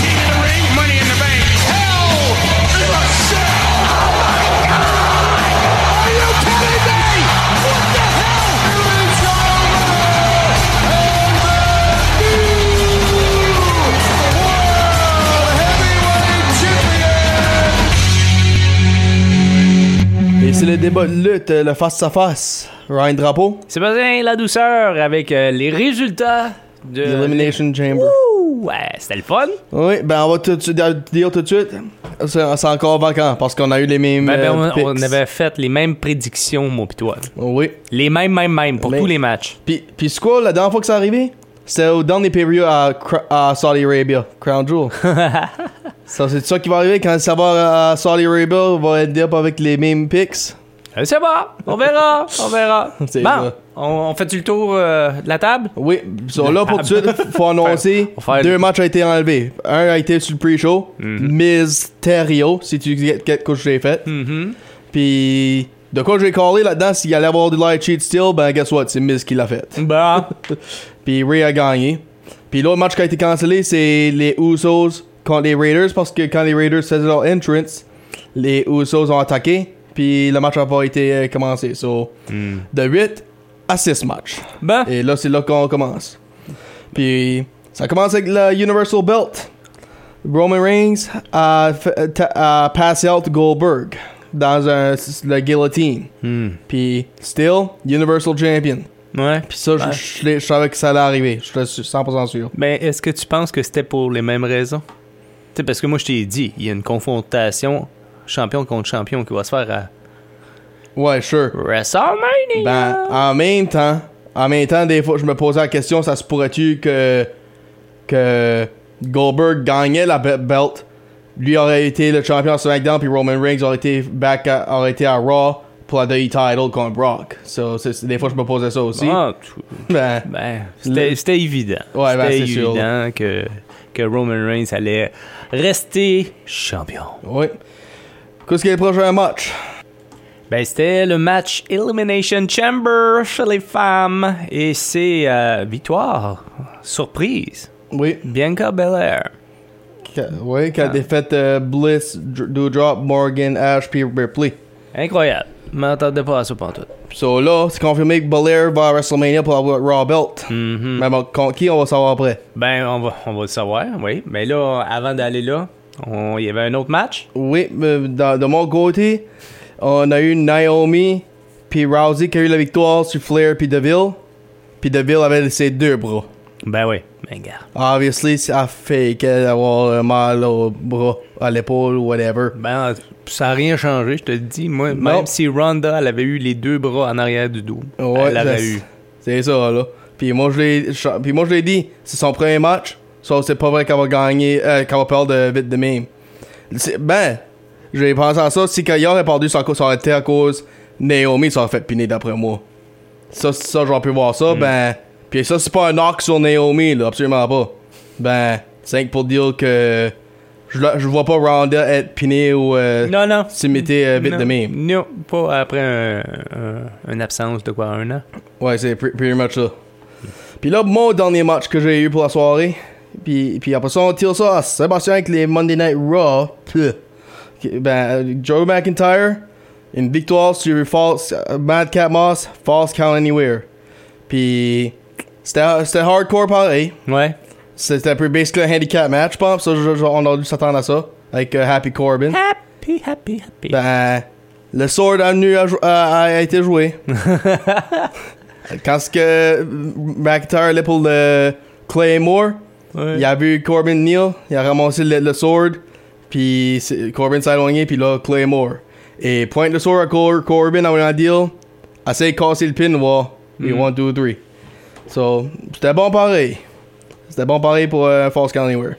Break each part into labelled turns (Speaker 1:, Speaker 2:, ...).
Speaker 1: King of the Ring, Money in the Bank. Hell in a Cell. Are you kidding me? What the hell?
Speaker 2: Et c'est le débat de lutte, euh, le face-à-face. Ryan Drapeau,
Speaker 3: Sébastien La Douceur avec euh, les résultats de.
Speaker 2: The Elimination Chamber.
Speaker 3: Ouh, ouais, c'était le fun.
Speaker 2: Oui, ben on va tout de suite dire tout de suite. C'est c'est encore vacant parce qu'on a eu les mêmes.
Speaker 3: Ben, ben,
Speaker 2: euh, picks.
Speaker 3: on, on avait fait les mêmes prédictions, moi pis toi.
Speaker 2: Oui.
Speaker 3: Les mêmes, mêmes, mêmes pour
Speaker 2: Mais-
Speaker 3: tous les matchs.
Speaker 2: Puis, puis c'est quoi la dernière fois que c'est arrivé? C'était au dernier pay-per-view à, Cro- à Saudi Arabia, Crown Jewel. ça, c'est ça qui va arriver quand ça va à Saudi Arabia, on va être up avec les mêmes picks.
Speaker 3: Euh, C'est bon, on verra, on verra.
Speaker 2: C'est
Speaker 3: bon,
Speaker 2: vrai.
Speaker 3: on, on fait-tu le tour euh, de la table?
Speaker 2: Oui, so là pour tout de suite, faut annoncer
Speaker 3: Faut faire- Mhm.
Speaker 2: deux matchs ont été enlevés. Un a été sur le pre-show, Miz Terrio, si tu sais quelle couche j'ai faite.
Speaker 3: Mhm.
Speaker 2: Puis de quoi j'ai callé là-dedans, s'il allait avoir du light cheat still, ben guess what, c'est Miz qui l'a fait.
Speaker 3: Bon.
Speaker 2: Puis Ray a gagné. Puis l'autre match qui a été cancellé, c'est les Usos contre les Raiders parce que quand les Raiders faisaient leur entrance, les Usos ont attaqué. Puis le match n'a pas été euh, commencé. So,
Speaker 3: Mhm.
Speaker 2: de 8 à 6 matchs.
Speaker 3: Bon.
Speaker 2: Et là, c'est là qu'on commence. Puis, ça commence avec la Universal Belt. Roman Reigns a, fait- ta- a passé out Goldberg dans un, le guillotine. Puis, still, Universal Champion.
Speaker 3: Ouais.
Speaker 2: Puis ça, je-
Speaker 3: Ouais.
Speaker 2: je, l'ai- je savais que ça allait arriver. Je suis 100% sûr.
Speaker 3: Mais Ben, est-ce que tu penses que c'était pour les mêmes raisons? Tu sais, parce que moi, je t'ai dit, il y a une confrontation champion contre champion qui va se faire à
Speaker 2: Ouais, sure.
Speaker 3: WrestleMania.
Speaker 2: Ben, en même temps, en même temps, des fois, je me posais la question, ça se pourrait-tu que, que Goldberg gagnait la be- belt, lui aurait été le champion à SmackDown, puis Roman Reigns aurait été back, à, aurait été à Raw pour la WWE title contre Brock. So, c'est- c'est- des fois, je me posais ça aussi.
Speaker 3: Ah, tu-
Speaker 2: Ben,
Speaker 3: ben, c'était,
Speaker 2: Le-
Speaker 3: c'était évident.
Speaker 2: Ouais, ben,
Speaker 3: c'était
Speaker 2: c'est sûr.
Speaker 3: évident que, que Roman Reigns allait rester champion.
Speaker 2: oui. Qu'est-ce qui est le prochain match?
Speaker 3: Ben, c'était le match Elimination Chamber chez les femmes. Et c'est euh, victoire, surprise,
Speaker 2: Oui.
Speaker 3: Bianca Belair.
Speaker 2: Qu'a- Oui, qui a défait euh, Bliss, Dr- Doudrop, Morgan, Ash, puis Ripley.
Speaker 3: Incroyable. Je m'attendais pas à ça pantoute.
Speaker 2: So là, c'est confirmé que Belair va à WrestleMania pour avoir le Raw Belt. Mais bon, contre qui, on va savoir après.
Speaker 3: Ben, on va, on va le savoir, oui. Mais là, avant d'aller là, on- il y avait un autre match.
Speaker 2: Oui, mais dans- de mon côté, on a eu Naomi puis Rousey qui a eu la victoire sur Flair puis Deville. Puis Deville avait ses deux bras.
Speaker 3: Ben oui. Ben, regarde.
Speaker 2: Obviously, ça fait qu'elle avoir euh, mal au bras, à l'épaule ou whatever.
Speaker 3: Ben, ça n'a rien changé, je te le dis. Moi,
Speaker 2: Non.
Speaker 3: même si Ronda, elle avait eu les deux bras en arrière du dos, elle l'avait
Speaker 2: c'est-
Speaker 3: eu.
Speaker 2: C'est ça, là. Puis moi, je l'ai, je- puis moi, je l'ai dit, c'est son premier match. Sauf que c'est pas vrai qu'elle va gagner, euh, qu'elle va perdre euh, vite de même. C'est- Ben, j'ai pensé à ça. Si Kaya aurait perdu, ça, ça aurait été à cause Naomi, ça aurait fait piner d'après moi. Ça, c'est ça, j'aurais pu voir ça.
Speaker 3: Hmm.
Speaker 2: Ben, puis ça, c'est pas un knock sur Naomi, là, absolument pas. Ben, 5 pour dire que je, la- je vois pas Ronda être pinée ou euh,
Speaker 3: Non, non.
Speaker 2: s'imiter euh, vite
Speaker 3: non,
Speaker 2: de même.
Speaker 3: Non, pas après un- un- une absence de quoi, un an.
Speaker 2: Ouais, c'est pre- pretty much ça. Puis là, mon dernier match que j'ai eu pour la soirée. Puis, puis après ça, on tire ça à Sébastien avec les Monday Night Raw. Pff. Ok, Ben, euh, Joe McIntyre, une victoire sur False, euh, Mad Cat Moss, False Count Anywhere. Puis c'était c'était hardcore pareil.
Speaker 3: Ouais.
Speaker 2: C'était un peu basically un handicap match, je pense. Ça, je- je- on a dû s'attendre à ça. Avec euh, Happy Corbin.
Speaker 3: Happy, happy, happy.
Speaker 2: Ben, le sword a, venu à jou- a- a été joué. Quand ce que McIntyre allait pour le Claymore,
Speaker 3: Ouais.
Speaker 2: il a vu Corbin Neal, il a ramassé le, le sword, puis c'est- Corbin s'est éloigné, puis là, Claymore. Et pointe le sword à Cor- Corbin en un deal, essaie de casser le pin, voir. Puis 1, 2, 3. So, c'était bon pareil. C'était bon pareil pour euh, False Count Anywhere.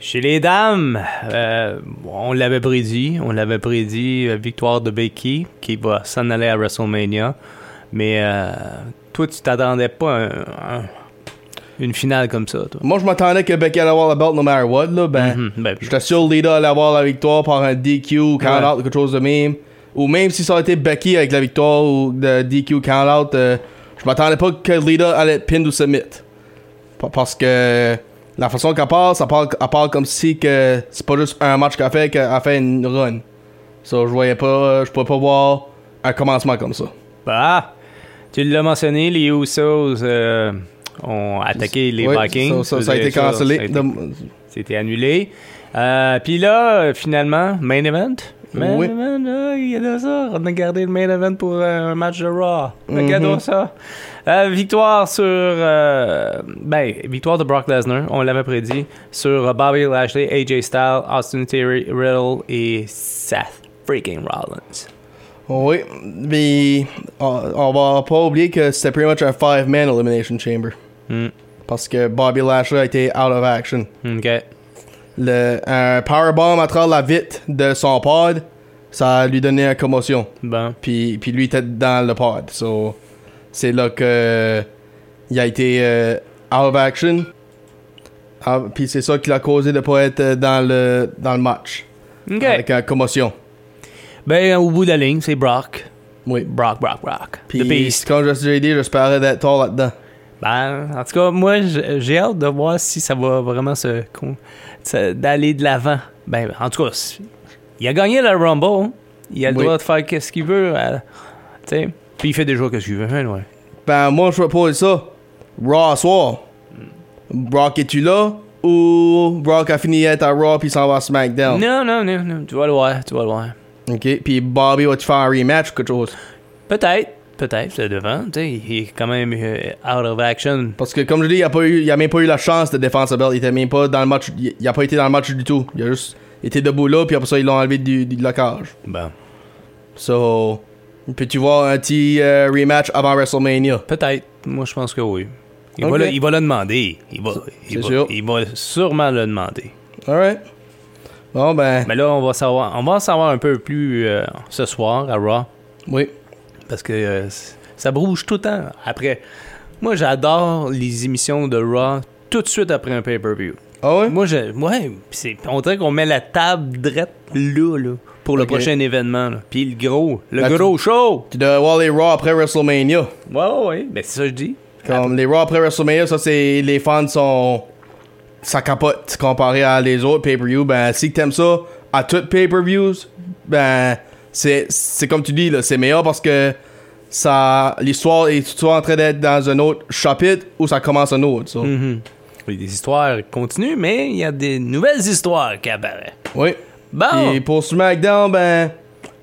Speaker 3: Chez les dames, euh, on l'avait prédit, on l'avait prédit, euh, victoire de Becky qui va s'en aller à WrestleMania. Mais euh, toi, tu t'attendais pas à un, un- une finale comme ça, toi.
Speaker 2: Moi, je m'attendais que Becky allait avoir la belt no matter what, là. Ben,
Speaker 3: Mhm, ben,
Speaker 2: j'étais sûr que Lita allait avoir la victoire par un DQ ou count
Speaker 3: Ouais.
Speaker 2: out, quelque chose de même. Ou même si ça aurait été Becky avec la victoire ou de DQ count out, euh, je m'attendais pas que Lita allait être pinned ou submit. Pa- Parce que la façon qu'elle parle, ça parle, elle parle comme si que c'est pas juste un match qu'elle fait, qu'elle a fait une run. So, je voyais pas, euh, je pouvais pas voir un commencement comme ça.
Speaker 3: Bah, tu l'as mentionné, les Usos euh, ont attaqué les
Speaker 2: Ouais,
Speaker 3: Vikings.
Speaker 2: ça- ça- ça a été
Speaker 3: Ça, ça a
Speaker 2: cancellé.
Speaker 3: été-
Speaker 2: de-
Speaker 3: C'était annulé. Euh, Puis là, euh, finalement, main event. Main
Speaker 2: Oui.
Speaker 3: event, euh, il y a de ça. On a gardé le main event pour euh, un match de Raw.
Speaker 2: Mhm.
Speaker 3: Regarde ça. Euh, victoire sur. euh, ben, victoire de Brock Lesnar, on l'avait prédit. Sur euh, Bobby Lashley, AJ Styles, Austin Theory, Riddle et Seth freaking Rollins.
Speaker 2: Oui, mais on, on va pas oublier que c'était pretty much un five-man Elimination Chamber.
Speaker 3: Mm.
Speaker 2: Parce que Bobby Lashley a été out of action.
Speaker 3: Ok.
Speaker 2: Le, un powerbomb à travers la vitre de son pod, ça a lui donné une commotion.
Speaker 3: Bon.
Speaker 2: Puis, puis lui était dans le pod. So, c'est là que il a été euh, out of action. Ah, puis c'est ça qui l'a causé de pas être euh, dans le, dans le match.
Speaker 3: Ok.
Speaker 2: Avec une commotion.
Speaker 3: Ben, au bout de la ligne, c'est Brock.
Speaker 2: Oui.
Speaker 3: Brock, Brock, Brock. The
Speaker 2: Puis,
Speaker 3: Beast.
Speaker 2: comme je l'ai dit, j'espérais d'être tard là-dedans.
Speaker 3: Ben, en tout cas, moi, j- j'ai hâte de voir si ça va vraiment se. con- se- d'aller de l'avant. Ben, en tout cas, c- il a gagné le Rumble. Il a le
Speaker 2: Oui.
Speaker 3: droit de faire qu'est-ce qu'il veut. euh, tu sais. Puis il fait déjà qu'est-ce qu'il veut. hein, ouais.
Speaker 2: Ben, moi, je propose ça. Raw à soir. Brock, es-tu là? Ou Brock a fini d'être à Raw puis s'en va à SmackDown?
Speaker 3: Non, non, non, non. Tu vas le voir, tu vas le voir.
Speaker 2: Ok, puis Bobby va-tu faire un rematch ou quelque chose?
Speaker 3: Peut-être, peut-être, c'est devant. Tu sais, il est quand même euh, out of action.
Speaker 2: Parce que, comme je dis, il a, pas eu- il a même pas eu la chance de défendre sa belt. Il était même pas dans le match. Il il a pas été dans le match du tout. Il a juste été debout là, puis après ça, ils l'ont enlevé du, du blocage.
Speaker 3: Bon.
Speaker 2: So. Peux-tu voir un petit euh, rematch avant WrestleMania?
Speaker 3: Peut-être. Moi, je pense que oui. Il, va,
Speaker 2: Ok.
Speaker 3: le, il va le demander. Il va, il,
Speaker 2: c'est
Speaker 3: va,
Speaker 2: sûr.
Speaker 3: il va sûrement le demander.
Speaker 2: Alright. Bon, ben.
Speaker 3: Mais là, on va savoir, on va en savoir un peu plus euh, ce soir à Raw.
Speaker 2: Oui.
Speaker 3: Parce que euh, c- ça brouge tout le temps. Après, moi, j'adore les émissions de Raw tout de suite après un pay-per-view.
Speaker 2: Ah ouais?
Speaker 3: Moi, je, ouais, c'est- on dirait qu'on met la table drette là, là, pour le
Speaker 2: Ok.
Speaker 3: prochain événement. là. Puis le gros, le
Speaker 2: Là, tu-
Speaker 3: gros show.
Speaker 2: Tu dois voir les Raw après WrestleMania.
Speaker 3: Ouais, ouais, ouais. Ben, c'est ça que je dis.
Speaker 2: Comme les Raw après WrestleMania, ça c'est les fans sont ça capote comparé à les autres pay-per-view. Ben si t'aimes ça à toutes pay-per-views, ben c'est c'est comme tu dis là, c'est meilleur parce que ça l'histoire est soit en train d'être dans un autre chapitre ou ça commence un autre. ça.
Speaker 3: Mm-hmm. Oui, des histoires continuent, mais il y a des nouvelles histoires qui apparaissent.
Speaker 2: Oui.
Speaker 3: Bon!
Speaker 2: Et pour SmackDown, ben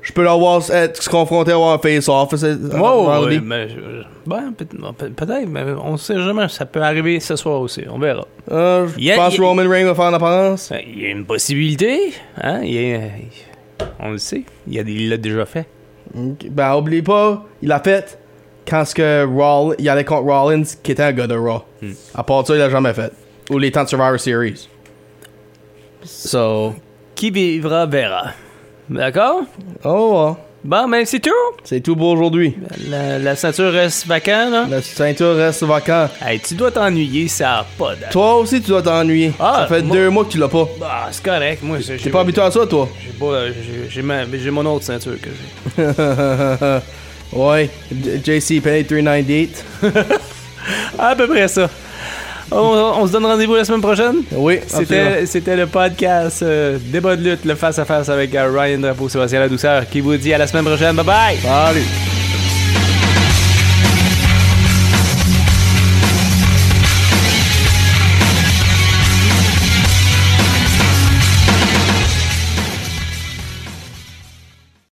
Speaker 2: je peux leur voir être se confronter à un face-off. c'est-
Speaker 3: Wow,
Speaker 2: vendredi.
Speaker 3: ouais, mais je- je- ben, peut- peut- peut-être, mais on sait jamais. Ça peut arriver ce soir aussi. On verra.
Speaker 2: Euh, je
Speaker 3: Yeah,
Speaker 2: pense
Speaker 3: yeah.
Speaker 2: Roman Reigns va faire une apparence.
Speaker 3: Ben, Il y a une possibilité. Hein? il y a- on le sait. Il y a- il l'a déjà fait.
Speaker 2: Ok, Ben, oublie pas, il a fait quand ce que Roll, il allait contre Rollins, qui était un gars de Raw.
Speaker 3: Hmm.
Speaker 2: À part ça, il l'a jamais fait. Ou les temps de Survivor Series. So.
Speaker 3: Qui vivra, verra. D'accord?
Speaker 2: Oh,
Speaker 3: Bon, ben, c'est tout.
Speaker 2: c'est tout pour aujourd'hui.
Speaker 3: Ben. La, la ceinture reste vacante. Là.
Speaker 2: La ceinture reste vacante.
Speaker 3: Hey, tu dois t'ennuyer, ça a pas d'allure.
Speaker 2: Toi aussi, tu dois t'ennuyer.
Speaker 3: Ah,
Speaker 2: ça fait
Speaker 3: moi-
Speaker 2: deux mois que tu l'as pas.
Speaker 3: Ah, c'est correct. Moi, je-
Speaker 2: T'es
Speaker 3: j'ai
Speaker 2: pas habitué à ça, toi?
Speaker 3: j'ai pas- j'ai- j'ai ma- j'ai mon autre ceinture que j'ai.
Speaker 2: ouais. J- JC Penny 398.
Speaker 3: À peu près ça. On, on se donne rendez-vous la semaine prochaine?
Speaker 2: Oui, absolument.
Speaker 3: C'était, c'était le podcast euh, Débat de lutte, le face-à-face avec euh, Ryan Drapeau, Sébastien La Douceur, qui vous dit à la semaine prochaine. Bye bye!
Speaker 2: Salut.